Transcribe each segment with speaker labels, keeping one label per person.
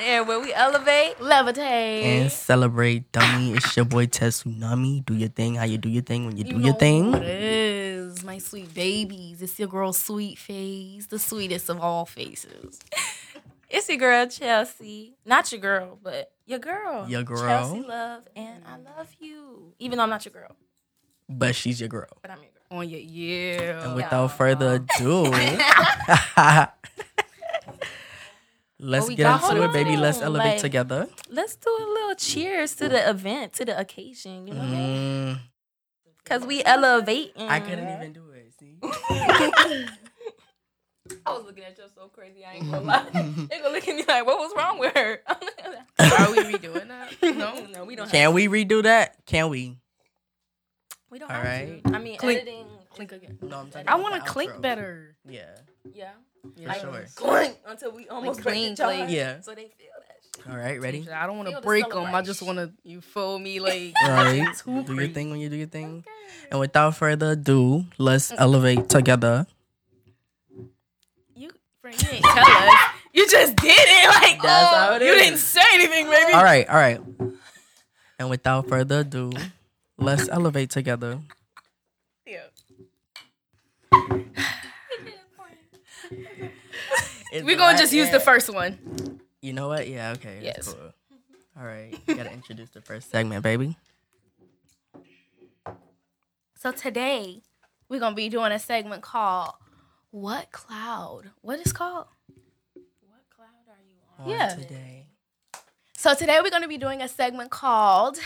Speaker 1: air where we elevate,
Speaker 2: levitate.
Speaker 3: and celebrate, dummy. It's your boy Tsunami. Do your thing. How you do your thing when you do
Speaker 2: You
Speaker 3: your
Speaker 2: know
Speaker 3: thing.
Speaker 2: What it is, my sweet babies. It's your girl, Sweet Face, the sweetest of all faces.
Speaker 1: it's your girl Chelsea. Not your girl, but your girl.
Speaker 3: Your girl.
Speaker 1: Chelsea Love, and I love you. Even though I'm not your girl,
Speaker 3: But she's your girl.
Speaker 1: but I'm your girl.
Speaker 2: On your Oh, yeah.
Speaker 3: And
Speaker 1: with-
Speaker 3: without further ado, let's
Speaker 2: What we
Speaker 3: get
Speaker 2: got
Speaker 3: into it,
Speaker 1: going
Speaker 3: baby.
Speaker 1: on?
Speaker 3: Let's elevate
Speaker 1: Like-
Speaker 3: together.
Speaker 1: Let's do a little cheers to the event, to the occasion, you know?
Speaker 3: Mm,
Speaker 1: Cause we elevate.
Speaker 3: I couldn't
Speaker 2: Mm.
Speaker 3: even do it. See?
Speaker 1: I was looking at you so crazy. I ain't gonna lie. they gonna look at me like, what was wrong with her?
Speaker 2: Are we redoing that?
Speaker 1: no, no, we don't. Have,
Speaker 3: Can we redo that? Can we?
Speaker 1: we don't
Speaker 3: all
Speaker 1: have
Speaker 3: right.
Speaker 1: to. I mean,
Speaker 2: Clink.
Speaker 1: editing. Clink again.
Speaker 3: No, I'm talking
Speaker 2: I
Speaker 3: about
Speaker 2: want
Speaker 3: the
Speaker 2: to clink
Speaker 3: outro.
Speaker 2: better.
Speaker 3: Yeah,
Speaker 1: Yeah.
Speaker 3: for
Speaker 2: Like,
Speaker 3: sure.
Speaker 1: Clink until we almost
Speaker 2: Like,
Speaker 1: break
Speaker 2: clink,
Speaker 1: the jaw.
Speaker 2: clink.
Speaker 3: Yeah.
Speaker 1: So they feel that shit.
Speaker 3: All right, ready?
Speaker 2: I don't want
Speaker 1: Feel
Speaker 2: to
Speaker 1: the
Speaker 2: break them. I just
Speaker 1: celebration.
Speaker 2: want to, you feel me? Like,
Speaker 3: All right.
Speaker 2: Too
Speaker 3: do your
Speaker 2: pretty.
Speaker 3: thing when you do your thing. And without further ado, let's
Speaker 2: Mm.
Speaker 3: elevate together.
Speaker 1: You.
Speaker 2: Frank, you didn't tell us. You just did it. Like,
Speaker 3: That's
Speaker 2: oh,
Speaker 3: how it
Speaker 2: you
Speaker 3: is.
Speaker 2: didn't say anything, baby.
Speaker 3: All right, all right. And without further ado, let's elevate together.
Speaker 2: We're going to just use the first one.
Speaker 3: You know what? Yeah, okay. that's
Speaker 2: Yes.
Speaker 3: cool. All right. You gotta introduce the first segment, baby.
Speaker 2: So today we're gonna be doing a segment called "What Cloud." What is called?
Speaker 1: What cloud are you on?
Speaker 3: On
Speaker 2: Yeah.
Speaker 3: Today.
Speaker 2: So today we're gonna be doing a segment called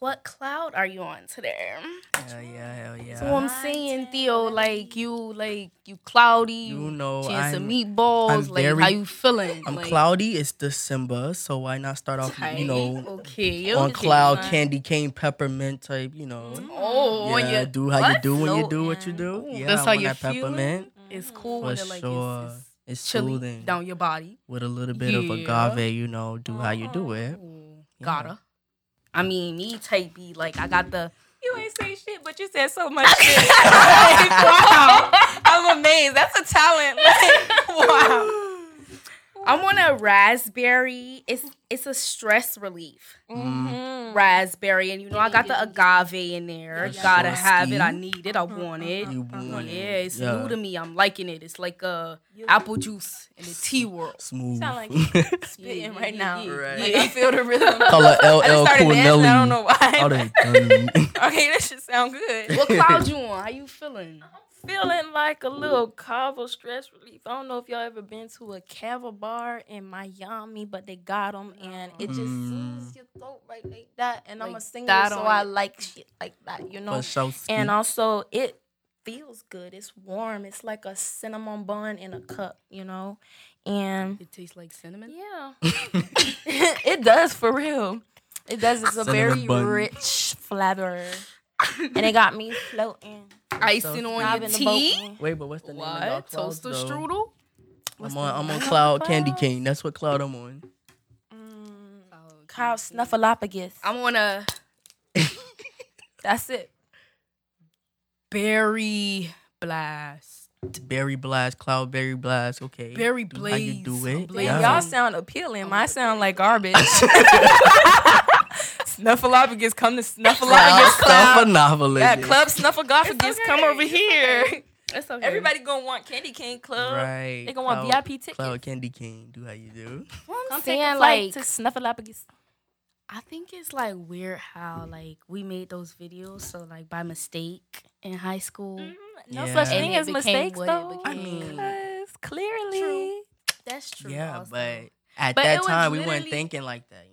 Speaker 2: "What Cloud Are You On Today?"
Speaker 3: Hell yeah, hell yeah.
Speaker 2: So I'm saying, Theo, like you, like you cloudy.
Speaker 3: you know,
Speaker 2: chance of
Speaker 3: Oh, I'm,
Speaker 2: meatballs.
Speaker 3: I'm
Speaker 2: like
Speaker 3: very-
Speaker 2: how you feeling?
Speaker 3: I'm
Speaker 2: like,
Speaker 3: cloudy. It's December, so why not start off,
Speaker 2: tight?
Speaker 3: you know,
Speaker 2: okay, you
Speaker 3: on
Speaker 2: look at
Speaker 3: cloud
Speaker 2: you.
Speaker 3: candy cane peppermint type, you know.
Speaker 2: Oh, when
Speaker 3: yeah,
Speaker 2: you
Speaker 3: do how you
Speaker 2: what?
Speaker 3: do when you
Speaker 1: Float,
Speaker 3: do what you
Speaker 1: man.
Speaker 3: do.
Speaker 2: Ooh,
Speaker 3: Yeah,
Speaker 2: that's
Speaker 3: I
Speaker 2: how
Speaker 3: want
Speaker 2: you
Speaker 3: that
Speaker 2: feel it?
Speaker 3: peppermint
Speaker 2: It's cool
Speaker 3: for
Speaker 2: when it like
Speaker 3: sure.
Speaker 2: it's,
Speaker 3: It's,
Speaker 2: it's chilly
Speaker 3: soothing
Speaker 2: down your body.
Speaker 3: with a little bit
Speaker 2: Yeah.
Speaker 3: of agave, you know. Do how you do it.
Speaker 2: Ooh,
Speaker 3: Yeah.
Speaker 2: Gotta. I mean, me type B. Like I got the.
Speaker 1: You ain't say shit, but you said so much shit. Like, wow. I'm amazed. That's a talent. Like, wow.
Speaker 2: I'm on a raspberry. It's it's a stress relief
Speaker 1: Mm-hmm.
Speaker 2: raspberry, and you know I got the agave in there.
Speaker 3: For
Speaker 2: Gotta
Speaker 3: sure.
Speaker 2: have it. I need it. I want it.
Speaker 3: You want
Speaker 2: Uh, Yeah,
Speaker 3: it.
Speaker 2: it's
Speaker 3: Yeah.
Speaker 2: new to me. I'm liking it. It's like uh apple juice in the tea world.
Speaker 3: Smooth.
Speaker 1: Sound like you
Speaker 2: Yeah,
Speaker 1: spitting
Speaker 2: yeah,
Speaker 1: right now.
Speaker 2: yeah,
Speaker 3: Right.
Speaker 1: Like,
Speaker 2: yeah.
Speaker 1: I feel the rhythm.
Speaker 3: Call her
Speaker 1: I just
Speaker 3: LL
Speaker 1: started
Speaker 3: Cool
Speaker 1: dancing. I don't know
Speaker 3: Nelly.
Speaker 1: why.
Speaker 3: Oh, they dummy.
Speaker 1: okay, that should sound good.
Speaker 2: What cloud you on? How you feeling?
Speaker 1: Feeling like a little Cabo stress relief. I don't know if y'all ever been to a Cava bar in Miami, but they got them and it just
Speaker 3: Mm.
Speaker 1: soothes your throat right like that. And I'm a
Speaker 2: Like
Speaker 1: singer,
Speaker 2: that
Speaker 1: so
Speaker 2: on
Speaker 1: I
Speaker 2: it.
Speaker 1: like shit like that, you know.
Speaker 3: For sure, ski.
Speaker 1: And um, also, it feels good. It's warm. It's like a cinnamon bun in a cup, you know? And
Speaker 2: It tastes like cinnamon.
Speaker 1: yeah, it does for real. It does. It's a very
Speaker 3: Cinnamon bun.
Speaker 1: rich flavor. and it got me floating.
Speaker 2: Icing on
Speaker 1: Diving
Speaker 2: your
Speaker 1: the boat.
Speaker 2: tea.
Speaker 3: Wait, but what's the name of y'all
Speaker 2: What?
Speaker 3: clouds,
Speaker 2: Toaster
Speaker 3: though?
Speaker 2: strudel.
Speaker 1: What's
Speaker 3: I'm on,
Speaker 1: the
Speaker 3: I'm on
Speaker 1: name of
Speaker 3: cloud
Speaker 1: the
Speaker 3: candy
Speaker 1: cloud?
Speaker 3: cane. That's what cloud I'm on.
Speaker 1: Mm, Kyle Snuffleupagus.
Speaker 2: I'm on a
Speaker 1: That's it.
Speaker 2: berry blast.
Speaker 3: Berry blast, cloud berry blast. Okay.
Speaker 2: Berry
Speaker 3: Do How you
Speaker 2: blaze.
Speaker 3: do
Speaker 2: A
Speaker 3: it?
Speaker 2: blaze.
Speaker 3: Yeah.
Speaker 1: Y'all sound appealing. Mine sound like garbage. Snuffleupagus, come to
Speaker 3: Cloud
Speaker 1: Snuffleupagus
Speaker 3: stuff
Speaker 1: Club.
Speaker 3: a
Speaker 1: Yeah,
Speaker 3: novelist.
Speaker 1: Club Snuffleupagus, come over here.
Speaker 2: That's okay.
Speaker 1: Everybody gonna want Candy Cane Club.
Speaker 3: Right.
Speaker 1: They gonna want
Speaker 3: Cloud-
Speaker 1: VIP tickets.
Speaker 3: Cloud candy cane. Do how you do?
Speaker 1: Come
Speaker 2: saying,
Speaker 1: take a flight
Speaker 2: like-
Speaker 1: to Snuffleupagus.
Speaker 2: I think it's like weird how like we made those videos so like by mistake in high school.
Speaker 1: Mm-hmm. No
Speaker 3: Yeah.
Speaker 1: such
Speaker 3: And
Speaker 1: thing
Speaker 2: it
Speaker 1: as
Speaker 2: became
Speaker 1: mistakes,
Speaker 2: what it
Speaker 1: though.
Speaker 2: became.
Speaker 3: I mean-
Speaker 1: Because clearly,
Speaker 2: True. That's true.
Speaker 3: yeah,
Speaker 2: also.
Speaker 3: but at
Speaker 2: But it
Speaker 3: that
Speaker 2: was
Speaker 3: time we weren't
Speaker 2: literally-
Speaker 3: thinking like that.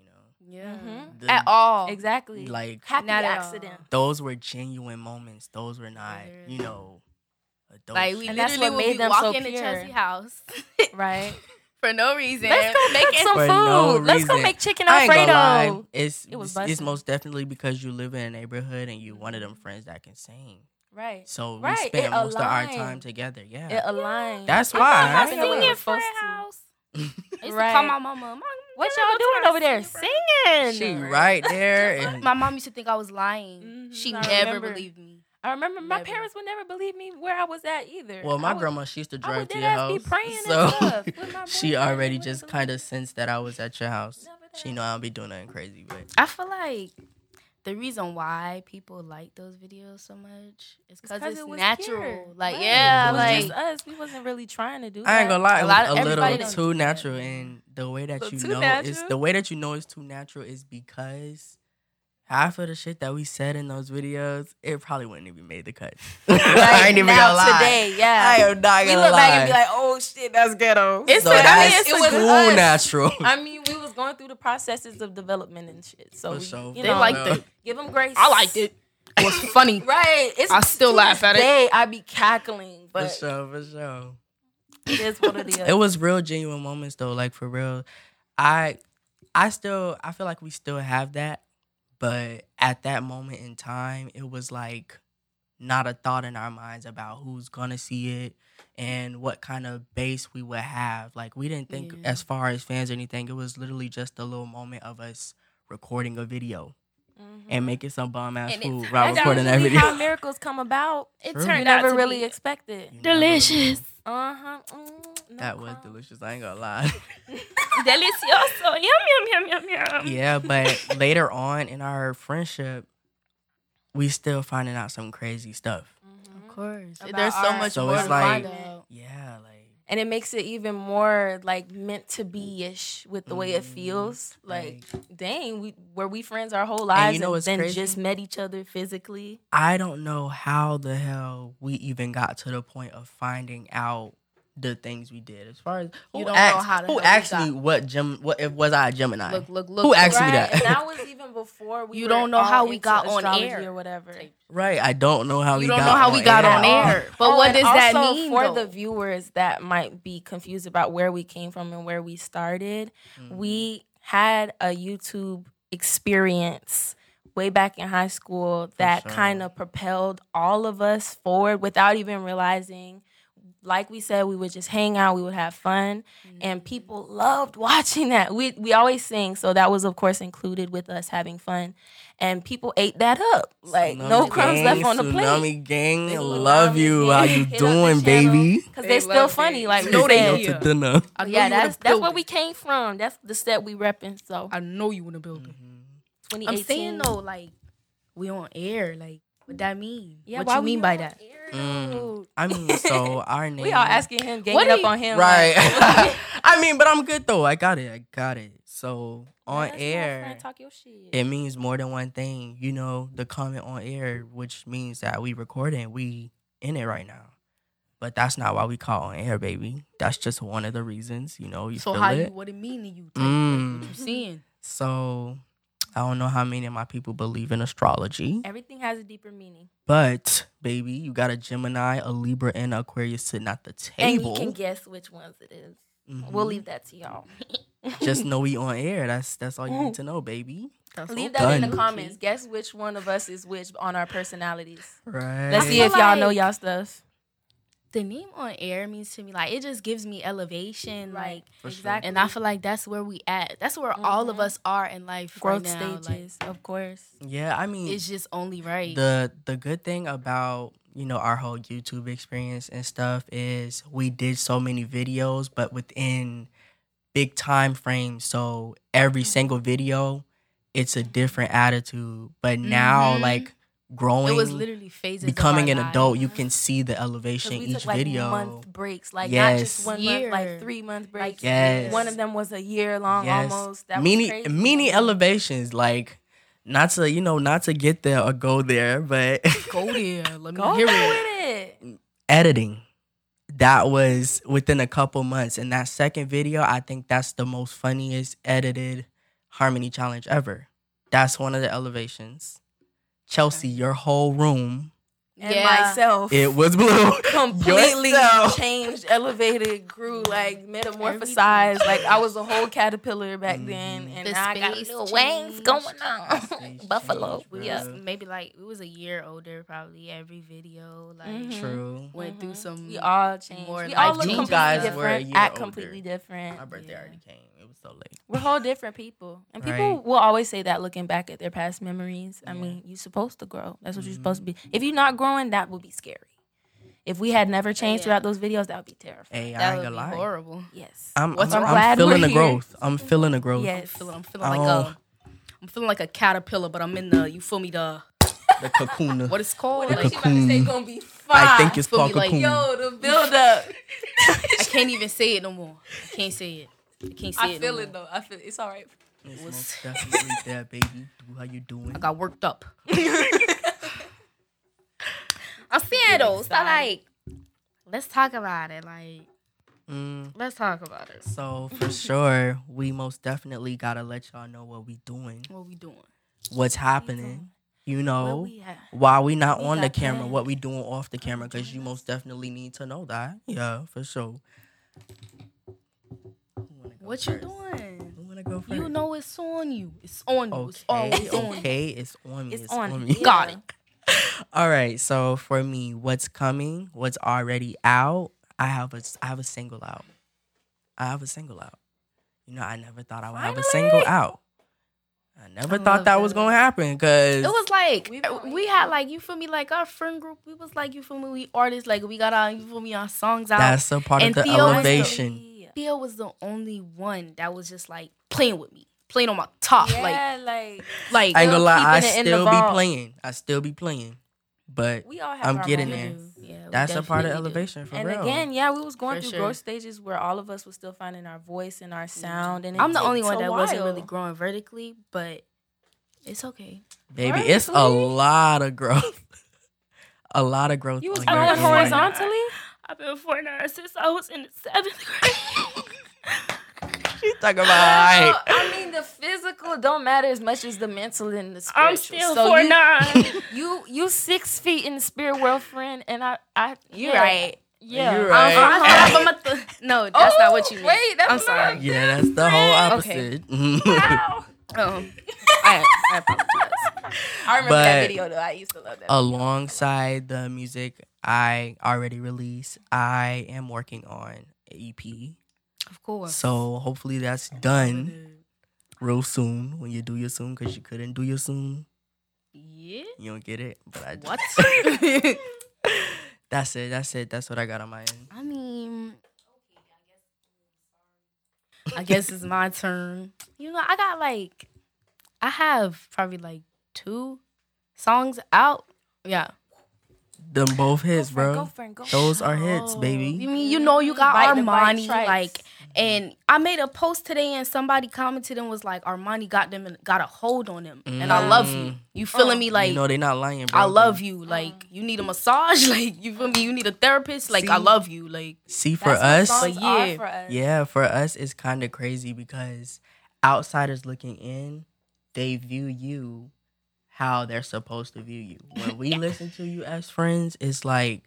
Speaker 3: You
Speaker 2: yeah.
Speaker 1: Mhm.
Speaker 3: know. The-
Speaker 2: At all.
Speaker 1: exactly.
Speaker 3: Mm-hmm. Like
Speaker 1: Happy
Speaker 2: Not at all.
Speaker 1: accident.
Speaker 3: those were genuine moments. Those were not,
Speaker 2: Literally.
Speaker 3: you know, adult.
Speaker 2: Like we
Speaker 1: And that's
Speaker 2: literally
Speaker 1: what
Speaker 2: would
Speaker 1: made
Speaker 2: be
Speaker 1: them so
Speaker 2: walking to
Speaker 1: pure.
Speaker 2: Chelsea house
Speaker 1: Right.
Speaker 2: for no reason.
Speaker 1: Let's go make
Speaker 2: Making-
Speaker 1: some
Speaker 3: For
Speaker 1: food.
Speaker 3: no
Speaker 1: Let's go
Speaker 3: reason.
Speaker 1: make chicken
Speaker 3: I ain't gonna lie.
Speaker 1: Alfredo.
Speaker 3: It's
Speaker 1: It was
Speaker 3: it's
Speaker 1: bussin'.
Speaker 3: most definitely because you live in a neighborhood and you one of them friends that can sing.
Speaker 1: Right.
Speaker 3: So
Speaker 1: Right,
Speaker 3: we
Speaker 1: it
Speaker 3: spent most of our
Speaker 1: aligned.
Speaker 3: time together. Yeah.
Speaker 1: It aligned.
Speaker 3: That's
Speaker 2: I
Speaker 3: why.
Speaker 2: thought my
Speaker 3: I
Speaker 1: know we
Speaker 2: senior
Speaker 1: were supposed
Speaker 2: friend
Speaker 1: to.
Speaker 2: house. I used to
Speaker 1: Right.
Speaker 2: call my mama. "Mom,
Speaker 1: what
Speaker 2: remember
Speaker 1: y'all
Speaker 2: go to
Speaker 1: doing
Speaker 2: our
Speaker 1: over there
Speaker 2: senior friend?"
Speaker 1: singing?
Speaker 3: she right there. And
Speaker 2: My mom used to think I was lying.
Speaker 1: Mhm,
Speaker 2: she
Speaker 1: I
Speaker 2: never
Speaker 1: remember.
Speaker 2: believed me.
Speaker 1: I remember my
Speaker 2: Baby.
Speaker 1: parents would never believe me where I was at either.
Speaker 3: Well, my
Speaker 1: I would-
Speaker 3: grandma, she used to
Speaker 1: I
Speaker 3: drive
Speaker 1: would
Speaker 3: to
Speaker 1: dead
Speaker 3: your
Speaker 1: ass be
Speaker 3: house.
Speaker 1: praying
Speaker 3: So
Speaker 1: and stuff with my
Speaker 3: she
Speaker 1: boyfriend.
Speaker 3: already
Speaker 1: They
Speaker 3: just
Speaker 1: wouldn't
Speaker 3: kind of
Speaker 1: believe
Speaker 3: sensed that I was at your house.
Speaker 1: me. Never
Speaker 3: She
Speaker 1: that.
Speaker 3: know I don't be doing nothing crazy, but
Speaker 2: I feel like the reason why people like those videos so much is because
Speaker 1: 'cause
Speaker 2: it's,
Speaker 1: it was
Speaker 2: natural.
Speaker 1: pure.
Speaker 2: Like,
Speaker 1: Right.
Speaker 2: yeah,
Speaker 1: It was
Speaker 2: like
Speaker 1: just us. We wasn't really trying to do.
Speaker 3: I
Speaker 1: that.
Speaker 3: ain't gonna lie,
Speaker 2: A
Speaker 3: it
Speaker 2: lot of-
Speaker 3: was a
Speaker 2: everybody
Speaker 3: little
Speaker 2: don't
Speaker 3: too
Speaker 2: do that.
Speaker 3: natural, and the way that
Speaker 1: Little
Speaker 3: you
Speaker 1: too
Speaker 3: know is
Speaker 1: natural?
Speaker 3: the way that you know is too natural is because half of the shit that we said in those videos, it probably wouldn't even made the cut. I
Speaker 2: right
Speaker 3: ain't even
Speaker 2: now,
Speaker 3: gonna lie.
Speaker 2: today, yeah.
Speaker 3: I am not
Speaker 2: we
Speaker 3: gonna
Speaker 2: look
Speaker 3: lie.
Speaker 2: back and be like, oh shit, that's ghetto.
Speaker 1: It's
Speaker 3: so
Speaker 1: I mean,
Speaker 3: that's
Speaker 1: it's a good
Speaker 3: too
Speaker 1: us.
Speaker 3: natural.
Speaker 1: I mean, we was going through the processes of development and shit. So
Speaker 3: For
Speaker 1: we,
Speaker 3: sure.
Speaker 1: you
Speaker 2: They
Speaker 1: know,
Speaker 2: liked
Speaker 3: No.
Speaker 2: it.
Speaker 1: give them grace.
Speaker 2: It was funny.
Speaker 1: Right. It's,
Speaker 2: I still
Speaker 1: to
Speaker 2: laugh at it.
Speaker 1: this day, I be cackling,
Speaker 3: For
Speaker 1: but
Speaker 3: sure, for sure.
Speaker 1: it is what it is.
Speaker 3: It was real genuine moments though, like for real. I I still I feel like we still have that, but at that moment in time, it was like not a thought in our minds about who's gonna see it and what kind of base we would have. Like we didn't think
Speaker 2: Yeah.
Speaker 3: as far as fans or anything. It was literally just a little moment of us recording a video
Speaker 1: Mhm.
Speaker 3: and making some bomb ass
Speaker 2: Mm-hmm. And it-
Speaker 3: food
Speaker 1: And
Speaker 3: while
Speaker 1: that's
Speaker 3: recording that
Speaker 1: really
Speaker 3: video.
Speaker 1: how miracles come about.
Speaker 2: It
Speaker 3: True.
Speaker 1: You
Speaker 2: turned out
Speaker 1: never
Speaker 2: to
Speaker 1: really
Speaker 2: be
Speaker 1: expected.
Speaker 3: You know,
Speaker 2: delicious,
Speaker 1: Uh huh. Mm, no
Speaker 3: That was
Speaker 1: crime.
Speaker 3: delicious. I ain't gonna lie.
Speaker 2: delicioso, yum yum yum yum yum.
Speaker 3: yeah, but later on in our friendship, we still finding out some crazy stuff.
Speaker 1: Mhm.
Speaker 2: Of course,
Speaker 1: About
Speaker 2: there's so
Speaker 1: our-
Speaker 2: much
Speaker 3: So
Speaker 2: more
Speaker 3: it's
Speaker 2: to
Speaker 3: like-
Speaker 2: find out.
Speaker 3: Yeah, like
Speaker 1: And it makes it even more like meant to be ish with the way it
Speaker 3: Mm,
Speaker 1: feels. Like, dang, we were we friends our whole lives
Speaker 3: And
Speaker 1: and,
Speaker 3: you know what's
Speaker 1: then
Speaker 3: crazy?
Speaker 1: just met each other physically.
Speaker 3: I don't know how the hell we even got to the point of finding out the things we did. As far as who
Speaker 2: You don't know
Speaker 3: asked,
Speaker 2: how the
Speaker 3: who
Speaker 2: hell we
Speaker 3: asked
Speaker 2: got-
Speaker 3: me what gem what if was I a Gemini?
Speaker 2: Look, look, look.
Speaker 3: Who asked me
Speaker 1: right.
Speaker 3: that?
Speaker 1: and that was even before we
Speaker 2: You
Speaker 1: were
Speaker 2: don't know
Speaker 1: all
Speaker 2: how we
Speaker 1: into
Speaker 2: got on
Speaker 1: astrology
Speaker 2: air.
Speaker 1: or whatever.
Speaker 3: right, I don't know how we
Speaker 2: You don't
Speaker 3: got
Speaker 2: know how
Speaker 3: on
Speaker 2: we got
Speaker 3: air.
Speaker 2: on air, but
Speaker 1: Oh,
Speaker 2: what
Speaker 1: and
Speaker 2: does that
Speaker 1: also
Speaker 2: mean
Speaker 1: for
Speaker 2: though?
Speaker 1: the viewers that might be confused about where we came from and where we started?
Speaker 3: Mm.
Speaker 1: We had a YouTube experience way back in high school that
Speaker 3: sure.
Speaker 1: kind of propelled all of us forward without even realizing. Like we said, we would just hang out, we would have fun,
Speaker 3: Mm-hmm.
Speaker 1: and people loved watching that. We we always sing, so that was of course included with us having fun, and people ate that up. Like no
Speaker 3: Tsunami
Speaker 1: crumbs
Speaker 3: gang,
Speaker 1: left on the plate.
Speaker 3: Tsunami gang,
Speaker 1: They
Speaker 3: love you. How you doing, baby?
Speaker 1: Because
Speaker 2: They
Speaker 1: they are still
Speaker 2: love
Speaker 1: funny.
Speaker 2: it.
Speaker 1: Like
Speaker 2: No,
Speaker 1: no,
Speaker 2: they
Speaker 1: said.
Speaker 2: don't.
Speaker 3: to dinner.
Speaker 2: I know
Speaker 1: yeah,
Speaker 2: you wanna
Speaker 1: that's that's
Speaker 2: build
Speaker 1: where
Speaker 2: it.
Speaker 1: we came from. That's the set we repping. So
Speaker 2: I know you want to build it.
Speaker 3: Mm-hmm.
Speaker 2: I'm
Speaker 1: 2018.
Speaker 2: saying though, like we on air, like what that mean?
Speaker 1: Yeah,
Speaker 2: what
Speaker 1: why
Speaker 2: you
Speaker 1: we
Speaker 2: mean by
Speaker 1: on
Speaker 2: that?
Speaker 1: air,
Speaker 3: Mm.
Speaker 1: though?
Speaker 3: I mean, so our name.
Speaker 1: We all asking him, ganging
Speaker 2: What do
Speaker 1: up
Speaker 2: you-
Speaker 1: on him.
Speaker 3: Right.
Speaker 1: like,
Speaker 3: I mean, but I'm good though. I got it. I got it. So on
Speaker 1: That's my
Speaker 3: air,
Speaker 1: friend, Talk your shit.
Speaker 3: it means more than one thing. You know, the comment on air, which means that we recording, we in it right now. But that's not why we call on air, baby. That's just one of the reasons. You know, you
Speaker 2: so
Speaker 3: feel
Speaker 2: how you
Speaker 3: it.
Speaker 2: what it mean to you? Type,
Speaker 3: Mm.
Speaker 2: What you seeing?
Speaker 3: So I don't know how many of my people believe in astrology,
Speaker 1: Everything has a deeper meaning.
Speaker 3: but baby, you got a Gemini, a Libra, and Aquarius sitting at the
Speaker 1: And
Speaker 3: table.
Speaker 1: you can guess which ones it is.
Speaker 3: Mhm.
Speaker 1: We'll leave that to y'all.
Speaker 3: Just know we on air. That's that's all you need to know, baby.
Speaker 1: leave that in
Speaker 3: Done.
Speaker 1: the comments. Guess which one of us is which on our personalities.
Speaker 3: Right.
Speaker 1: Let's see
Speaker 2: I
Speaker 1: if y'all know
Speaker 2: like-
Speaker 1: y'all stuff.
Speaker 2: The name on air means to me like it just gives me elevation, like,
Speaker 1: Right.
Speaker 3: For sure.
Speaker 1: exactly.
Speaker 2: and I feel like that's where we at. That's where all of
Speaker 1: Mhm.
Speaker 2: us are in life.
Speaker 1: growth
Speaker 2: right now. like,
Speaker 1: stages, of course.
Speaker 3: Yeah, I mean
Speaker 2: it's just only right.
Speaker 3: the the good thing about you know our whole YouTube experience and stuff is we did so many videos, but within big time frames. So
Speaker 1: Mm-hmm.
Speaker 3: every single video, it's a different attitude. But
Speaker 1: Mm-hmm.
Speaker 3: now,
Speaker 2: Mhm.
Speaker 3: like growing,
Speaker 2: it was literally phases.
Speaker 3: becoming
Speaker 2: of
Speaker 3: an
Speaker 2: our
Speaker 3: adult,
Speaker 2: lives.
Speaker 3: you can see the elevation
Speaker 1: Because we
Speaker 3: each
Speaker 1: took like
Speaker 3: video.
Speaker 1: month breaks, like not
Speaker 3: Yes.
Speaker 1: just one month,
Speaker 2: Year.
Speaker 1: like three month breaks.
Speaker 3: Yes.
Speaker 1: One of them was a year long
Speaker 3: Yes.
Speaker 1: almost. That
Speaker 3: mini
Speaker 1: was crazy.
Speaker 3: mini elevations, like not to you know not to get there or go there, but
Speaker 2: go there. Let me
Speaker 1: Go
Speaker 2: hear
Speaker 1: with
Speaker 2: it.
Speaker 1: it.
Speaker 3: editing. That was within a couple months. And that second video, I think that's the most funniest edited harmony challenge ever. That's one of the elevations. Chelsea, your whole room,
Speaker 1: And
Speaker 2: Yeah.
Speaker 1: myself
Speaker 3: it was blue.
Speaker 1: completely
Speaker 3: Yourself.
Speaker 1: changed, elevated, grew, like metamorphosized. Like I was a whole caterpillar back then,
Speaker 3: Mhm.
Speaker 1: and
Speaker 2: The
Speaker 1: now I got
Speaker 2: space
Speaker 1: little wings
Speaker 2: changed.
Speaker 1: going on.
Speaker 3: Space
Speaker 1: Buffalo.
Speaker 3: changed,
Speaker 2: We
Speaker 1: Yeah.
Speaker 2: was maybe like we was a year older, probably every video. Like
Speaker 1: Mhm.
Speaker 3: True.
Speaker 2: went through
Speaker 1: Mhm.
Speaker 2: some
Speaker 1: We all changed.
Speaker 2: more
Speaker 1: we all
Speaker 2: life
Speaker 1: look completely
Speaker 2: changes.
Speaker 3: You guys were a
Speaker 1: different.
Speaker 3: year
Speaker 1: act
Speaker 3: older.
Speaker 1: completely different.
Speaker 3: My birthday
Speaker 2: Yeah.
Speaker 3: already came. It was so late.
Speaker 1: We're whole different people. And people
Speaker 3: Right.
Speaker 1: will always say that looking back at their past memories. I
Speaker 3: Yeah.
Speaker 1: mean, you're supposed to grow. That's what you're
Speaker 3: Mhm.
Speaker 1: supposed to be. If you're not growing, that would be scary. If we had never changed
Speaker 2: yeah.
Speaker 1: throughout those videos, that would be terrifying.
Speaker 3: Hey, I
Speaker 2: that
Speaker 3: ain't
Speaker 2: would
Speaker 3: gonna
Speaker 2: be
Speaker 3: lie.
Speaker 2: horrible.
Speaker 1: Yes.
Speaker 3: I'm,
Speaker 2: What's
Speaker 3: I'm,
Speaker 1: wrong?
Speaker 3: I'm
Speaker 1: Glad we're
Speaker 3: feeling the
Speaker 1: here.
Speaker 3: growth. I'm feeling the growth.
Speaker 1: Yes.
Speaker 2: I'm feeling, I'm feeling like
Speaker 3: Oh.
Speaker 2: a, I'm feeling like a caterpillar, but I'm in the, you feel me, the,
Speaker 3: The cocoon.
Speaker 2: what it's called?
Speaker 3: Whatever
Speaker 2: Like,
Speaker 3: she about to say
Speaker 1: gonna be fine.
Speaker 3: I think it's
Speaker 2: Feel
Speaker 3: called
Speaker 2: me like,
Speaker 3: cocoon.
Speaker 1: yo the build up.
Speaker 2: I can't even say it no more. I can't say it. I can't say
Speaker 1: I
Speaker 2: it.
Speaker 1: feel
Speaker 2: no
Speaker 1: it
Speaker 2: more.
Speaker 1: though. I feel it's all right.
Speaker 3: It's
Speaker 2: was-
Speaker 3: most definitely there, baby. How you doing?
Speaker 2: I got worked up. I'm seeing those. So like, let's talk about it. Like,
Speaker 3: Mm,
Speaker 2: let's talk about it.
Speaker 3: so for sure, we most definitely gotta let y'all know what we doing,
Speaker 2: What we doing?
Speaker 3: what's happening. You
Speaker 1: Where
Speaker 3: know,
Speaker 1: we at?
Speaker 3: why we not
Speaker 1: We
Speaker 3: on the
Speaker 1: got
Speaker 3: camera,
Speaker 1: plans.
Speaker 3: what we doing off the camera, because you most definitely need to know that. Yeah, for sure. Who wanna go
Speaker 2: What you
Speaker 3: first?
Speaker 2: doing?
Speaker 3: Who wanna go first?
Speaker 2: You know it's on you. It's on you. It's
Speaker 3: Okay,
Speaker 2: always on you.
Speaker 3: okay, it's on me.
Speaker 1: It's, on.
Speaker 3: me.
Speaker 1: Yeah.
Speaker 2: Got it.
Speaker 3: All right, so for me, what's coming, what's already out, I have a s- I have a single out. I have a single out. You know, I never thought I would have a single
Speaker 1: Finally!
Speaker 3: out. I never
Speaker 2: I
Speaker 3: thought
Speaker 2: love
Speaker 3: that was
Speaker 2: that.
Speaker 3: gonna happen because
Speaker 2: It was like
Speaker 1: We've
Speaker 2: uh, we,
Speaker 1: been waiting.
Speaker 2: had like you feel me like our friend group. We was like you feel me. We artists like we got our you feel me our songs out.
Speaker 3: that's a part of
Speaker 2: and
Speaker 3: the
Speaker 2: Theo was the-
Speaker 3: elevation.
Speaker 2: Theo was the only one that was just like playing with me, playing on my top.
Speaker 1: Yeah, like
Speaker 2: Like
Speaker 3: I ain't
Speaker 2: like
Speaker 3: gonna
Speaker 1: Still
Speaker 3: lie, I
Speaker 1: keeping it in the
Speaker 3: still be
Speaker 1: vault.
Speaker 3: playing. I still be playing, but
Speaker 1: we all have.
Speaker 3: I'm
Speaker 1: our
Speaker 3: getting
Speaker 1: moments.
Speaker 3: there.
Speaker 2: Yeah, we
Speaker 3: that's a part of
Speaker 2: definitely do.
Speaker 3: elevation for
Speaker 1: and
Speaker 3: real.
Speaker 1: again, yeah, we was going
Speaker 2: For
Speaker 1: through
Speaker 2: sure. Mm-hmm.
Speaker 1: growth stages where all of us was still finding our voice and our sound. And it
Speaker 2: I'm the only
Speaker 1: takes
Speaker 2: one
Speaker 1: a
Speaker 2: that wasn't really
Speaker 1: while.
Speaker 2: growing vertically, but it's okay.
Speaker 3: baby, it's a
Speaker 1: honestly-
Speaker 3: lot of growth. a lot of growth.
Speaker 1: You was
Speaker 3: on
Speaker 2: growing
Speaker 3: your
Speaker 1: growing
Speaker 3: end.
Speaker 2: horizontal?
Speaker 1: horizontally.
Speaker 2: I've been a foreigner since I was in the seventh grade.
Speaker 3: She's talking about all right.
Speaker 1: Well, I mean, the physical don't matter as much as the mental and the spiritual.
Speaker 2: I'm still
Speaker 1: so
Speaker 2: four
Speaker 1: you,
Speaker 2: nine.
Speaker 1: you you six feet in the spirit world, friend, and I I
Speaker 2: You're
Speaker 1: yeah.
Speaker 2: right.
Speaker 1: Yeah,
Speaker 3: You right.
Speaker 2: I'm from- I'm from a th- no, Oh, that's not what you mean.
Speaker 1: Wait, that's
Speaker 2: I'm sorry.
Speaker 1: Not,
Speaker 3: Yeah, that's the whole
Speaker 2: Okay.
Speaker 3: opposite.
Speaker 1: Wow.
Speaker 2: Um, I, I apologize.
Speaker 1: I remember
Speaker 3: But- um,
Speaker 1: that video though. I used to love that.
Speaker 3: Alongside the music I already released, I am working on an EP.
Speaker 2: Of course.
Speaker 3: So hopefully that's done real soon when you do your soon because you couldn't do your soon.
Speaker 2: Yeah.
Speaker 3: You don't get it, but I just,
Speaker 2: What?
Speaker 3: That's it. That's it. That's what I got on my end.
Speaker 2: I mean, I guess it's my turn. You know, I got like, I have probably like two songs out. Yeah.
Speaker 3: Them both hits,
Speaker 1: Go for it,
Speaker 3: bro.
Speaker 1: go for it, go for it.
Speaker 3: Those are hits,
Speaker 2: You
Speaker 3: baby.
Speaker 2: mean you know you got
Speaker 1: Mm-hmm. Bite the bite
Speaker 2: Armani
Speaker 1: stripes.
Speaker 2: like and I made a post today and somebody commented and was like Armani got them and got a hold on them and I love you.
Speaker 3: Mm.
Speaker 2: You feeling
Speaker 1: Mm.
Speaker 2: me like
Speaker 3: you know they not lying, bro.
Speaker 2: I love you. Like you need a massage. Like you feel me. You need a therapist. Like I
Speaker 3: See?
Speaker 2: love you. Like
Speaker 3: See for
Speaker 1: That's what songs
Speaker 3: us,
Speaker 2: But
Speaker 1: are
Speaker 2: yeah.
Speaker 1: for us.
Speaker 3: Yeah, for us, it's kind of crazy because outsiders looking in, they view you how they're supposed to view you. When we listen to you as friends, it's like,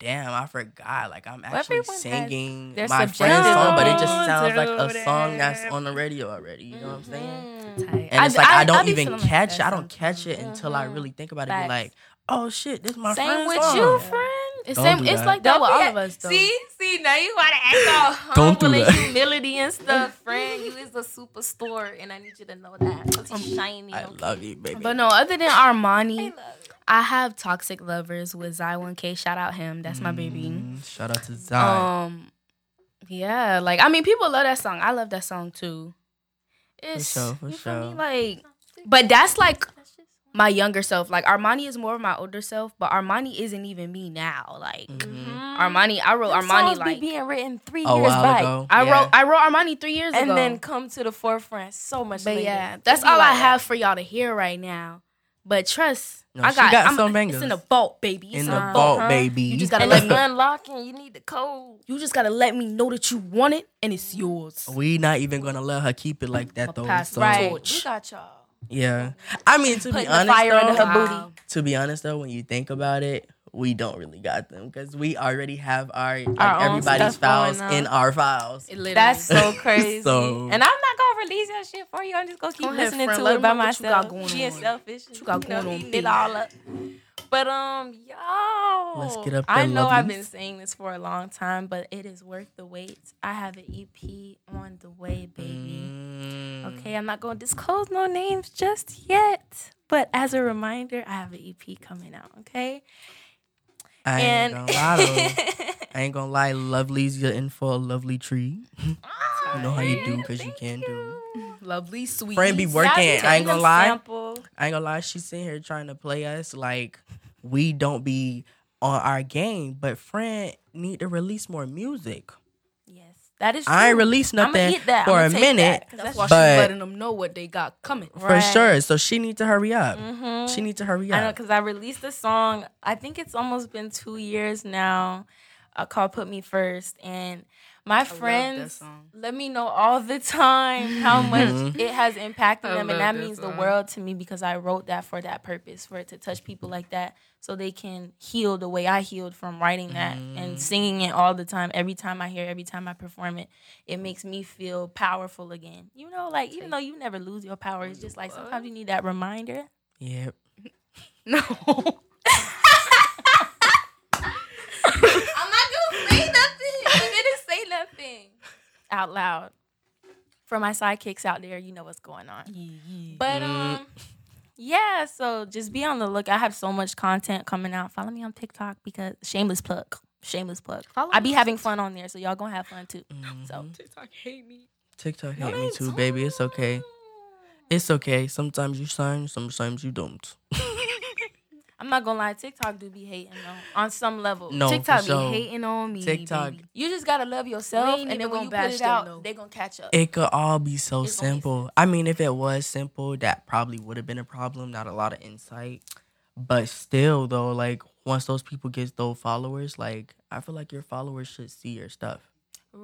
Speaker 3: damn, I forgot. Like, I'm actually
Speaker 1: everyone has
Speaker 3: singing
Speaker 1: their
Speaker 3: my
Speaker 1: subjective
Speaker 3: friend's song, but it just
Speaker 2: own
Speaker 3: sounds like a song
Speaker 2: dude.
Speaker 3: that's on the radio already. You know what I'm saying?
Speaker 1: Mhm.
Speaker 3: And it's like, I, don't
Speaker 2: be
Speaker 3: even
Speaker 2: feeling like
Speaker 3: catch
Speaker 2: that
Speaker 3: I don't catch it
Speaker 2: sometimes.
Speaker 3: until I
Speaker 1: Mhm.
Speaker 3: really think about it and be
Speaker 1: Facts.
Speaker 3: like, oh shit, this is my
Speaker 1: Same
Speaker 3: friend's
Speaker 1: with
Speaker 3: song.
Speaker 1: you, friend.
Speaker 2: It's
Speaker 3: Don't
Speaker 2: same.
Speaker 3: do
Speaker 2: It's
Speaker 3: that.
Speaker 2: like that
Speaker 1: Don't
Speaker 2: with
Speaker 1: do
Speaker 2: all
Speaker 1: that.
Speaker 2: of us though.
Speaker 1: See, see, now you want to act all
Speaker 3: Don't
Speaker 1: humble
Speaker 3: do
Speaker 1: and
Speaker 3: that.
Speaker 1: humility and stuff, friend. You is a superstore, and I need you to know that. 'cause you shiny.
Speaker 3: Um, I
Speaker 1: okay?
Speaker 3: love you, baby.
Speaker 2: But no, other than Armani,
Speaker 1: I love it.
Speaker 2: I have Toxic Lovers with Zy1K. Shout out him. That's my baby.
Speaker 3: Mm, Shout out to Zion.
Speaker 2: Um, yeah, like I mean, people love that song. I love that song too. It's
Speaker 3: sure, for
Speaker 2: you feel
Speaker 3: sure.
Speaker 2: me? like, but that's like my younger self. Like Armani is more of my older self, but Armani isn't even me now. Like
Speaker 3: Mm-hmm.
Speaker 1: mm-hmm.
Speaker 2: Armani, I wrote
Speaker 1: Them
Speaker 2: Armani
Speaker 1: songs
Speaker 2: like
Speaker 1: be being written three
Speaker 3: a
Speaker 1: years
Speaker 3: while
Speaker 1: back,
Speaker 3: ago.
Speaker 2: I
Speaker 3: yeah.
Speaker 2: wrote I wrote Armani three years
Speaker 1: and
Speaker 2: ago,
Speaker 1: then come to the forefront so much
Speaker 2: but
Speaker 1: later.
Speaker 2: yeah,
Speaker 1: It
Speaker 2: that's
Speaker 1: be
Speaker 2: all I
Speaker 1: like that.
Speaker 2: have for y'all to hear right now. But trust,
Speaker 3: No,
Speaker 2: I
Speaker 3: she
Speaker 2: got,
Speaker 3: got
Speaker 2: I'm,
Speaker 3: some
Speaker 2: it's
Speaker 3: bangers.
Speaker 2: in the vault, baby. It's
Speaker 3: in the
Speaker 1: Uh-huh.
Speaker 3: vault,
Speaker 1: Uh-huh.
Speaker 3: baby.
Speaker 2: You just gotta
Speaker 1: And
Speaker 2: let
Speaker 1: it's
Speaker 2: me-
Speaker 1: unlocking. You need the code.
Speaker 2: You just gotta let me know that you want it and it's yours.
Speaker 3: We not even gonna let her keep it like that though.
Speaker 2: past
Speaker 3: So,
Speaker 2: Right.
Speaker 1: We got y'all.
Speaker 3: Yeah. I mean, to be
Speaker 1: Putting the
Speaker 3: honest,
Speaker 1: fire
Speaker 3: though,
Speaker 1: under her
Speaker 2: Wow.
Speaker 1: booty.
Speaker 3: to be honest though, when you think about it, we don't really got them because we already have our, like,
Speaker 1: Our own
Speaker 3: everybody's
Speaker 1: stuff going
Speaker 3: files
Speaker 1: on.
Speaker 3: in our files.
Speaker 2: It literally-
Speaker 1: That's so crazy.
Speaker 3: So-
Speaker 1: And I'm not gonna release your shit for you. I'm just gonna keep
Speaker 2: Go ahead,
Speaker 1: listening
Speaker 2: friend.
Speaker 1: to
Speaker 2: Let
Speaker 1: it
Speaker 2: 'em
Speaker 1: by
Speaker 2: know what you
Speaker 1: myself.
Speaker 2: got going
Speaker 1: Being
Speaker 2: on.
Speaker 1: selfish. and,
Speaker 2: you got
Speaker 1: know,
Speaker 2: going on,
Speaker 1: eating it
Speaker 2: B?
Speaker 1: all up. But um, y'all,
Speaker 3: Let's get up there,
Speaker 1: I know I've
Speaker 3: lovelies.
Speaker 1: been saying this for a long time, but it is worth the wait. I have an EP on the way, baby.
Speaker 3: Mm.
Speaker 1: Okay, I'm not going to disclose no names just yet, but as a reminder, I have an EP coming out, okay?
Speaker 3: I
Speaker 1: And
Speaker 3: ain't gonna lie. though. I ain't gonna lie. Lovely's you're in for a lovely treat. you know how you do because you can do.
Speaker 2: Lovely, sweet.
Speaker 3: Friend be working.
Speaker 1: Y'all be
Speaker 3: I ain't
Speaker 1: taking
Speaker 3: gonna
Speaker 1: a
Speaker 3: lie.
Speaker 1: sample.
Speaker 3: I ain't gonna lie, she's sitting here trying to play us like we don't be on our game, but friend need to release more music.
Speaker 1: Yes, that is true.
Speaker 3: I ain't released
Speaker 1: I'ma
Speaker 3: nothing
Speaker 1: eat that.
Speaker 3: for
Speaker 1: I'ma
Speaker 3: a
Speaker 1: take
Speaker 3: minute
Speaker 1: that, 'cause
Speaker 2: That's
Speaker 1: that's
Speaker 2: why she's
Speaker 3: But-
Speaker 2: letting them know what they got coming.
Speaker 3: for
Speaker 1: Right.
Speaker 3: sure. So she need to hurry up.
Speaker 1: Mhm.
Speaker 3: She need to hurry
Speaker 1: I know
Speaker 3: up.
Speaker 1: because I released a song. I think it's almost been two years now, uh, called "Put Me First. and my
Speaker 2: that
Speaker 1: friends
Speaker 2: song.
Speaker 1: let me know all the time how much
Speaker 3: Mhm.
Speaker 1: it has impacted
Speaker 2: I
Speaker 1: them, and that
Speaker 2: love that
Speaker 1: means
Speaker 2: song.
Speaker 1: the world to me because I wrote that for that purpose, for it to touch people like that, so they can heal the way I healed from writing that
Speaker 3: Mhm.
Speaker 1: and singing it all the time. Every time I hear, it, every time I perform it, it makes me feel powerful again. You know, like even though you never lose your power, it's just like sometimes you need that reminder.
Speaker 3: Yep.
Speaker 2: No.
Speaker 1: I'm not gonna say nothing. I'm gonna say nothing out loud. For my sidekicks out there, you know what's going on. But
Speaker 3: Mm.
Speaker 1: um, yeah. So just be on the look. I have so much content coming out. Follow me on TikTok because shameless plug, shameless plug.
Speaker 2: Follow
Speaker 1: I
Speaker 2: me
Speaker 1: be having fun on there, so y'all gonna have fun too. So
Speaker 2: TikTok hate me.
Speaker 3: mm-hmm. TikTok hate me too, baby. It's okay. It's okay. Sometimes you sign, sometimes you don't.
Speaker 1: I'm not gonna lie, TikTok do be hating though on some level.
Speaker 3: No,
Speaker 2: TikTok
Speaker 3: for sure.
Speaker 2: be hating on me.
Speaker 3: TikTok.
Speaker 2: baby.
Speaker 1: You just gotta love yourself,
Speaker 2: ain't
Speaker 1: and
Speaker 2: even
Speaker 1: then when
Speaker 2: gonna
Speaker 1: you put
Speaker 2: bash
Speaker 1: it
Speaker 2: them,
Speaker 1: out,
Speaker 2: though.
Speaker 1: they gonna catch up.
Speaker 3: It could all be so
Speaker 1: It's only
Speaker 3: simple. I mean, if it was simple, that probably would have been a problem, not a lot of insight. But still, though, like once those people get those followers, like I feel like your followers should see your stuff.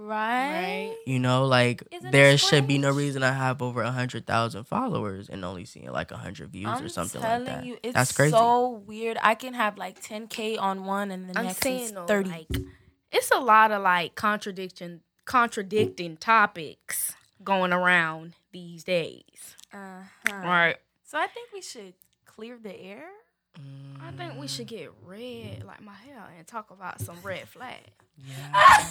Speaker 1: right?
Speaker 3: You know, like
Speaker 1: Isn't it
Speaker 3: there should be no
Speaker 1: strange?
Speaker 3: reason I have over a hundred thousand followers and only seeing like a hundred views or something like
Speaker 1: telling
Speaker 3: that.
Speaker 1: You, it's
Speaker 3: That's crazy.
Speaker 1: so weird. I can have like 10k on one, and the
Speaker 2: I'm
Speaker 1: next is
Speaker 2: saying though,
Speaker 1: 30.
Speaker 2: like, it's a lot of like contradiction, contradicting topics going around these days.
Speaker 1: uh-huh.
Speaker 2: Right.
Speaker 1: So I think we should clear the air.
Speaker 2: I think
Speaker 3: Mm,
Speaker 2: we should get red like my hair and talk about some red flags.
Speaker 3: Yeah.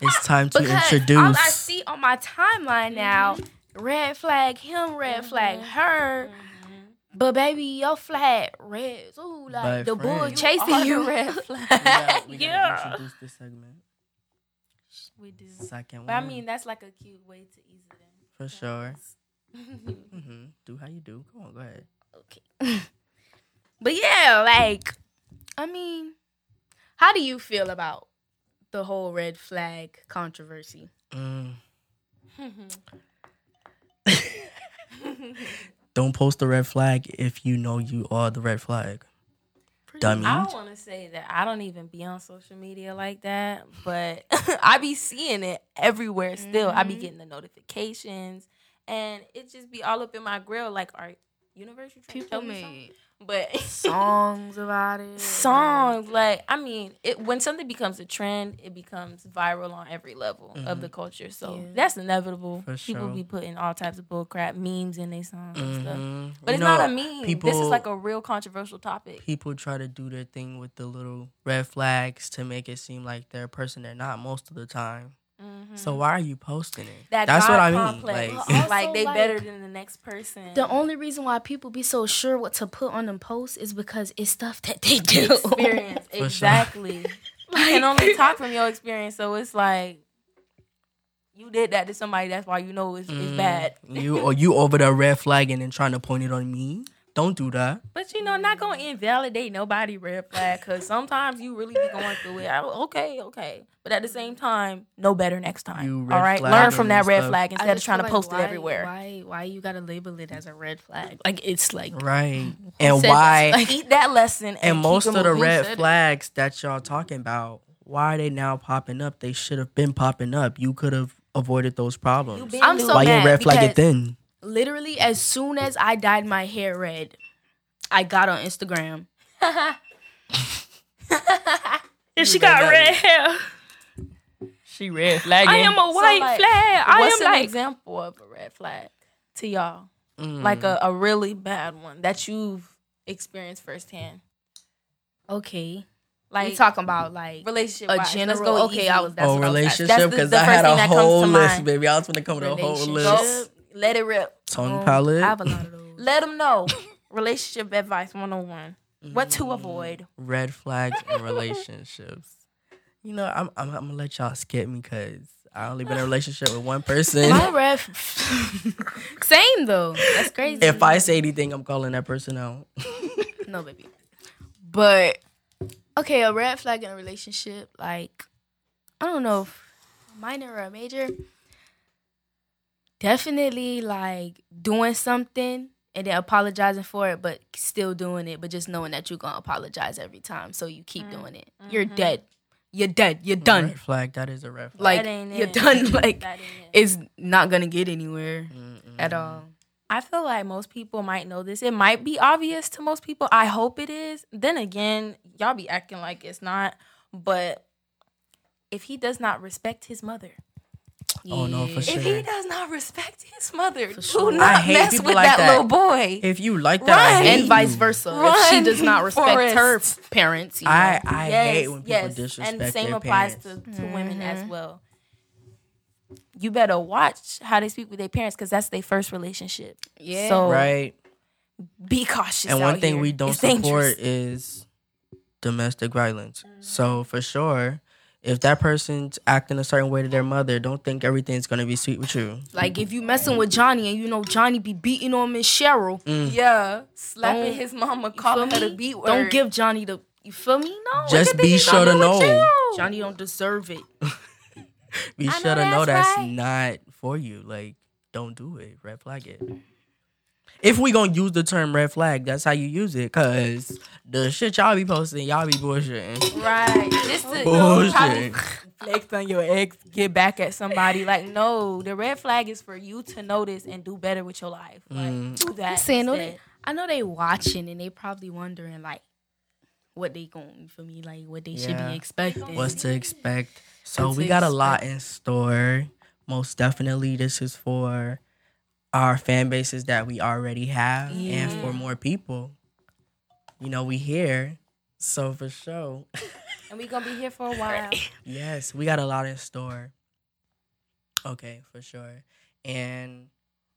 Speaker 3: it's time to
Speaker 2: Because
Speaker 3: introduce.
Speaker 2: all I see on my timeline now, red flag him, red flag her. But baby, your flag red. Ooh,
Speaker 3: But
Speaker 2: like the bull
Speaker 3: friend-
Speaker 2: chasing you.
Speaker 1: red
Speaker 3: We gotta- we gotta
Speaker 2: yeah.
Speaker 3: introduce this segment.
Speaker 1: we do.
Speaker 3: Second
Speaker 1: But I
Speaker 3: one.
Speaker 1: mean, that's like a cute way to ease it in.
Speaker 3: for Mm-hmm. sure.
Speaker 1: Mhm.
Speaker 3: hmm Do how you do. Come on, go ahead.
Speaker 2: Okay. but yeah, like, I mean, how do you feel about the whole red flag controversy?
Speaker 3: Mm. Don't post the red flag if you know you are the red flag. Dummy.
Speaker 1: I don't want to say that I don't even be on social media like that, but I be seeing it everywhere still. I be
Speaker 2: Mhm.
Speaker 1: getting the notifications and it just be all up in my grill like, all right, universe, you trying to tell
Speaker 2: People
Speaker 1: me something?
Speaker 2: made
Speaker 1: But
Speaker 2: songs about
Speaker 3: Mm-hmm.
Speaker 2: it.
Speaker 1: songs, like, I mean, it when something becomes a trend, it becomes viral on every level of the culture. So
Speaker 2: Yeah.
Speaker 1: that's inevitable.
Speaker 3: Mm-hmm. For
Speaker 1: People
Speaker 3: sure.
Speaker 1: be putting all types of bullcrap memes in their songs and stuff.
Speaker 3: Mhm.
Speaker 1: But
Speaker 3: You
Speaker 1: it's
Speaker 3: know,
Speaker 1: not a meme. this
Speaker 3: people-
Speaker 1: is like a real controversial topic.
Speaker 3: People try to do their thing with the little red flags to make it seem like they're a person they're not most of the time. So why are you posting it?
Speaker 1: Mm-hmm. Mm. that
Speaker 3: That's
Speaker 1: God
Speaker 3: what I mean.
Speaker 1: complex.
Speaker 3: Like,
Speaker 2: Well, also,
Speaker 1: like they
Speaker 2: like,
Speaker 1: better than the next person.
Speaker 2: The only reason why people be so sure what to put on them posts is because it's stuff that they do.
Speaker 1: experience
Speaker 3: sure.
Speaker 1: exactly. you can only talk from your experience, so it's like you did that to somebody. That's why you know it's, it's
Speaker 3: mm,
Speaker 1: bad.
Speaker 3: you or you over the red flag and then trying to point it on me. Don't do that.
Speaker 1: But you know, not gonna invalidate nobody red flag because sometimes you really be going through it. I, okay, okay, but at the same time, know better next time.
Speaker 3: You red
Speaker 1: all right,
Speaker 3: flag
Speaker 1: learn from
Speaker 3: them
Speaker 1: that
Speaker 3: and
Speaker 1: red
Speaker 3: stuff.
Speaker 1: flag
Speaker 2: I
Speaker 1: instead of
Speaker 2: just
Speaker 1: trying
Speaker 2: feel
Speaker 1: to
Speaker 2: like,
Speaker 1: post
Speaker 2: why-
Speaker 1: it everywhere.
Speaker 2: Why? Why you gotta label it as a red flag? Like it's like
Speaker 3: Right. And
Speaker 2: said
Speaker 3: why
Speaker 2: that's
Speaker 1: Eat that lesson. And,
Speaker 3: and
Speaker 1: keep
Speaker 3: most
Speaker 1: it
Speaker 3: of the
Speaker 1: moving.
Speaker 3: red
Speaker 2: said it.
Speaker 3: flags that y'all talking about, why are they now popping up? They should have been popping up. You could have avoided those
Speaker 1: You
Speaker 3: problems.
Speaker 1: been
Speaker 2: I'm
Speaker 1: losing.
Speaker 2: so
Speaker 3: why you ain't
Speaker 2: mad
Speaker 3: red flag it
Speaker 2: because-
Speaker 3: then?
Speaker 2: literally as soon as I dyed my hair red, I got on Instagram. and she got red hair.
Speaker 3: She red flagging.
Speaker 2: I am a white
Speaker 1: like,
Speaker 2: flag. I
Speaker 1: What's
Speaker 2: am
Speaker 1: an
Speaker 2: like
Speaker 1: example of a red flag to y'all?
Speaker 3: Hmm.
Speaker 1: Like
Speaker 2: uh,
Speaker 1: a, a really bad one that you've experienced firsthand.
Speaker 2: okay.
Speaker 1: Like
Speaker 2: we talking about like
Speaker 1: relationship.
Speaker 2: a general. okay, I was. That's
Speaker 3: oh,
Speaker 2: what I was asking.
Speaker 1: That's the-
Speaker 3: relationship? Because
Speaker 1: the
Speaker 3: I had
Speaker 1: first thing
Speaker 3: a
Speaker 1: that comes
Speaker 3: whole
Speaker 1: to
Speaker 3: list,
Speaker 1: mind.
Speaker 3: baby. I was gonna come with a whole list.
Speaker 1: Go, let it rip.
Speaker 3: Tongue
Speaker 2: Um,
Speaker 3: palette.
Speaker 2: I have a lot of those.
Speaker 1: Let them know. Relationship advice 101. What to
Speaker 3: Mm,
Speaker 1: avoid.
Speaker 3: Red flags in relationships. You know, I'm, I'm, I'm gonna let y'all skip me because I only been in a relationship with one person.
Speaker 2: My ref. Same though. That's crazy.
Speaker 3: if I say anything, I'm calling that person out.
Speaker 2: no baby. But okay, a red flag in a relationship, like I don't know, if minor or a major. Definitely like doing something and then apologizing for it, but still doing it, but just knowing that you're gonna apologize every time, so you keep doing it. You're
Speaker 1: Mhm.
Speaker 2: dead. You're dead. You're done.
Speaker 3: Red flag. That is a red flag.
Speaker 2: Like
Speaker 1: That ain't
Speaker 2: you're
Speaker 1: it.
Speaker 2: done. Like
Speaker 1: That ain't it.
Speaker 2: it's not gonna get anywhere
Speaker 3: Mm-mm.
Speaker 2: at all.
Speaker 1: I feel like most people might know this. It might be obvious to most people. I hope it is. Then again, y'all be acting like it's not. But if he does not respect his mother,
Speaker 3: Oh, no, for
Speaker 2: Yeah.
Speaker 3: sure.
Speaker 1: if he does not respect his mother, do
Speaker 2: sure.
Speaker 3: I
Speaker 1: not
Speaker 3: hate
Speaker 1: mess
Speaker 3: people
Speaker 1: with
Speaker 3: like
Speaker 1: that,
Speaker 3: that.
Speaker 1: little boy.
Speaker 3: If you like that, I
Speaker 1: Right.
Speaker 3: hate
Speaker 2: and
Speaker 3: you.
Speaker 2: vice versa. if she
Speaker 1: Run,
Speaker 2: does not respect
Speaker 1: Forrest.
Speaker 2: her parents, you know,
Speaker 3: I I hate when people disrespect
Speaker 1: And the same
Speaker 3: their
Speaker 1: applies
Speaker 3: parents.
Speaker 1: to, to women
Speaker 2: Mm-hmm.
Speaker 1: as well. You better watch how they speak with their parents because that's their first relationship.
Speaker 2: Yeah.
Speaker 1: So
Speaker 3: right.
Speaker 1: be cautious.
Speaker 3: and one
Speaker 1: out
Speaker 3: thing
Speaker 1: here.
Speaker 3: we don't
Speaker 1: It's
Speaker 3: support
Speaker 1: dangerous. Mm.
Speaker 3: is domestic violence. So for sure, if that person's acting a certain way to their mother, don't think everything's gonna be sweet with you.
Speaker 2: Like if you messing with Johnny and you know Johnny be beating on Miss Cheryl,
Speaker 3: mm.
Speaker 1: Yeah, slapping
Speaker 2: Don't-
Speaker 1: his mama,
Speaker 2: you
Speaker 1: calling
Speaker 2: feel
Speaker 1: her the
Speaker 2: me?
Speaker 1: B word.
Speaker 2: Don't give Johnny the you feel me? No. look
Speaker 3: Just
Speaker 2: at
Speaker 3: be
Speaker 2: this,
Speaker 3: sure to
Speaker 2: Johnny with
Speaker 3: know.
Speaker 2: you. Johnny don't deserve it.
Speaker 3: Be
Speaker 1: I know
Speaker 3: sure to know
Speaker 1: that's
Speaker 3: that's
Speaker 1: right.
Speaker 3: not for you. Like, don't do it. Red flag it. If we gonna use the term red flag, that's how you use it. Cause the shit y'all be posting, y'all be bullshitting.
Speaker 1: Right, just to
Speaker 3: Bullshit.
Speaker 1: probably flex on your ex, get back at somebody. Like, no, the red flag is for you to notice and do better with your life.
Speaker 3: Mm.
Speaker 1: Like,
Speaker 3: Mm-hmm.
Speaker 1: do that.
Speaker 2: saying, no,
Speaker 1: instead.
Speaker 2: they- I know they watching and they probably wondering like what they going for me, like what they should
Speaker 3: Yeah.
Speaker 2: be expecting.
Speaker 3: what's to expect. So
Speaker 2: What
Speaker 3: we
Speaker 2: to
Speaker 3: got a lot in store. Most definitely, this is for our fan bases that we already have, and for more people. You know, we here, so for sure.
Speaker 1: and we gonna be here for a while.
Speaker 3: Yes, we got a lot in store. Okay, for sure. And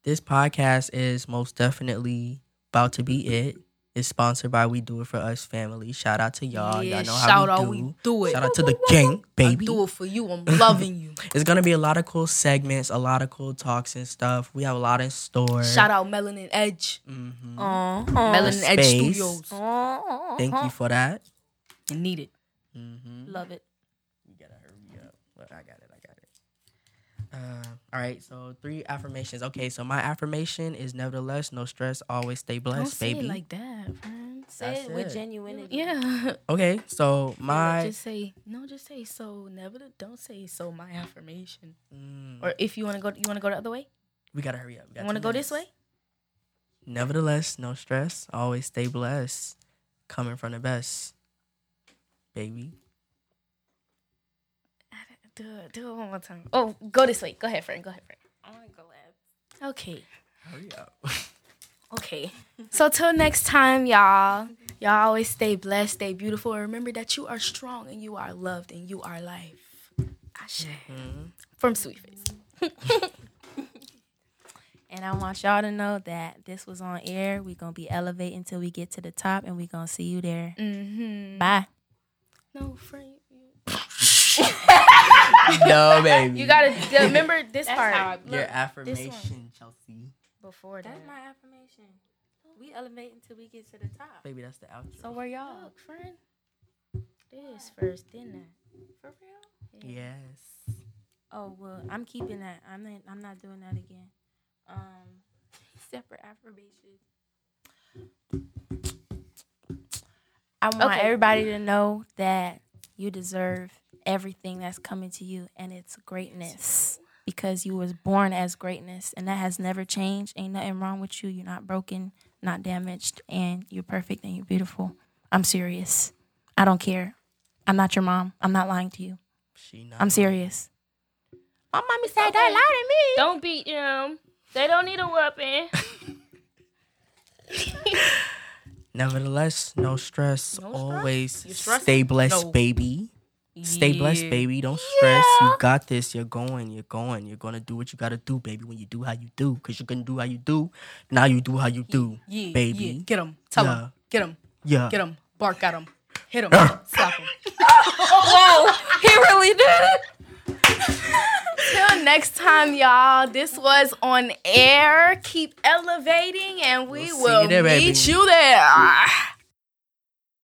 Speaker 3: this podcast is most definitely about to be it. It's sponsored by We Do It For Us family. Shout out to y'all.
Speaker 2: Yeah,
Speaker 3: y'all know
Speaker 2: shout
Speaker 3: how
Speaker 2: out,
Speaker 3: we do.
Speaker 2: we do it.
Speaker 3: Shout out to the gang,
Speaker 2: I
Speaker 3: baby.
Speaker 2: do it for you. I'm loving you.
Speaker 3: It's gonna be a lot of cool segments, a lot of cool talks and stuff. We have a lot in store.
Speaker 2: Shout out Uh-huh. Melanin Edge.
Speaker 3: Mhm.
Speaker 1: Aw.
Speaker 2: Melanin Edge
Speaker 3: Space.
Speaker 2: Studios.
Speaker 1: Aw.
Speaker 3: Thank you for that.
Speaker 2: You need it.
Speaker 3: Mm-hmm.
Speaker 1: Love it.
Speaker 3: You gotta hurry up. But I got it. I got it. Uh, all right. So three affirmations. Okay. So my affirmation is nevertheless no stress. Always stay blessed,
Speaker 2: Don't say
Speaker 3: baby.
Speaker 2: it like that, friends.
Speaker 1: Say
Speaker 3: That's
Speaker 1: it with
Speaker 3: it.
Speaker 1: genuinity.
Speaker 2: Yeah.
Speaker 3: okay. So my
Speaker 2: just say no. Just say so. Never. Don't say so. My affirmation.
Speaker 3: Mm,
Speaker 2: Or if you want to go, you want to go the other way.
Speaker 3: we gotta hurry up. We got
Speaker 2: You want to
Speaker 3: two
Speaker 2: go this way.
Speaker 3: minutes. Nevertheless, no stress. Always stay blessed. Coming from the best, baby.
Speaker 2: Do it. Do it one more time. Oh, go this way. Go ahead, friend. Go ahead, friend.
Speaker 1: I wanna go left.
Speaker 2: Okay.
Speaker 3: Hurry up.
Speaker 2: Okay. So till next time, y'all. Y'all always stay blessed, stay beautiful, and remember that you are strong and you are loved and you are life. Ashe.
Speaker 3: Mm-hmm.
Speaker 2: From Sweet Face.
Speaker 1: And I want y'all to know that this was on air. We're gonna be elevating until we get to the top, and we're gonna see you there.
Speaker 2: Mm-hmm.
Speaker 1: Bye.
Speaker 2: No, friend.
Speaker 3: no, baby.
Speaker 2: You gotta remember this part
Speaker 3: Your
Speaker 2: this one.
Speaker 3: affirmation, Chelsea.
Speaker 2: before that.
Speaker 1: That's my affirmation. We elevate until we get to the top.
Speaker 3: Baby, that's the outro.
Speaker 1: So where y'all?
Speaker 2: Look, friend. This first, didn't I?
Speaker 1: For real?
Speaker 3: yes.
Speaker 1: Oh well, I'm keeping that. I'm not. I'm not doing that again. Um, separate affirmation. I want
Speaker 2: Okay.
Speaker 1: everybody to know that you deserve everything that's coming to you, and it's greatness because you was born as greatness, and that has never changed. Ain't nothing wrong with you. You're not broken, not damaged, and you're perfect and you're beautiful. I'm serious. I don't care. I'm not your mom. I'm not lying to you.
Speaker 3: She not
Speaker 1: I'm serious.
Speaker 2: My mommy said don't lie to me. Don't beat them. They don't need a weapon.
Speaker 3: Nevertheless, no stress.
Speaker 2: No stress?
Speaker 3: Always
Speaker 4: You stressing?
Speaker 3: stay blessed,
Speaker 4: No.
Speaker 3: baby. Stay blessed,
Speaker 4: Yeah.
Speaker 3: baby. Don't stress. You got this. You're going. You're going. You're gonna do what you gotta do, baby. When you do how you do, cause you're gonna do how you do. Now you do how you do,
Speaker 4: Yeah,
Speaker 3: baby.
Speaker 4: yeah. Get him. Tell
Speaker 3: Yeah.
Speaker 4: him. Get him.
Speaker 3: Yeah.
Speaker 4: Get him. Bark at him. Hit him. Slap him.
Speaker 1: Whoa, he really did it.
Speaker 2: Till next time, y'all. This was on air. Keep elevating, and we
Speaker 3: We'll see
Speaker 2: will
Speaker 3: you there, baby.
Speaker 2: meet you there.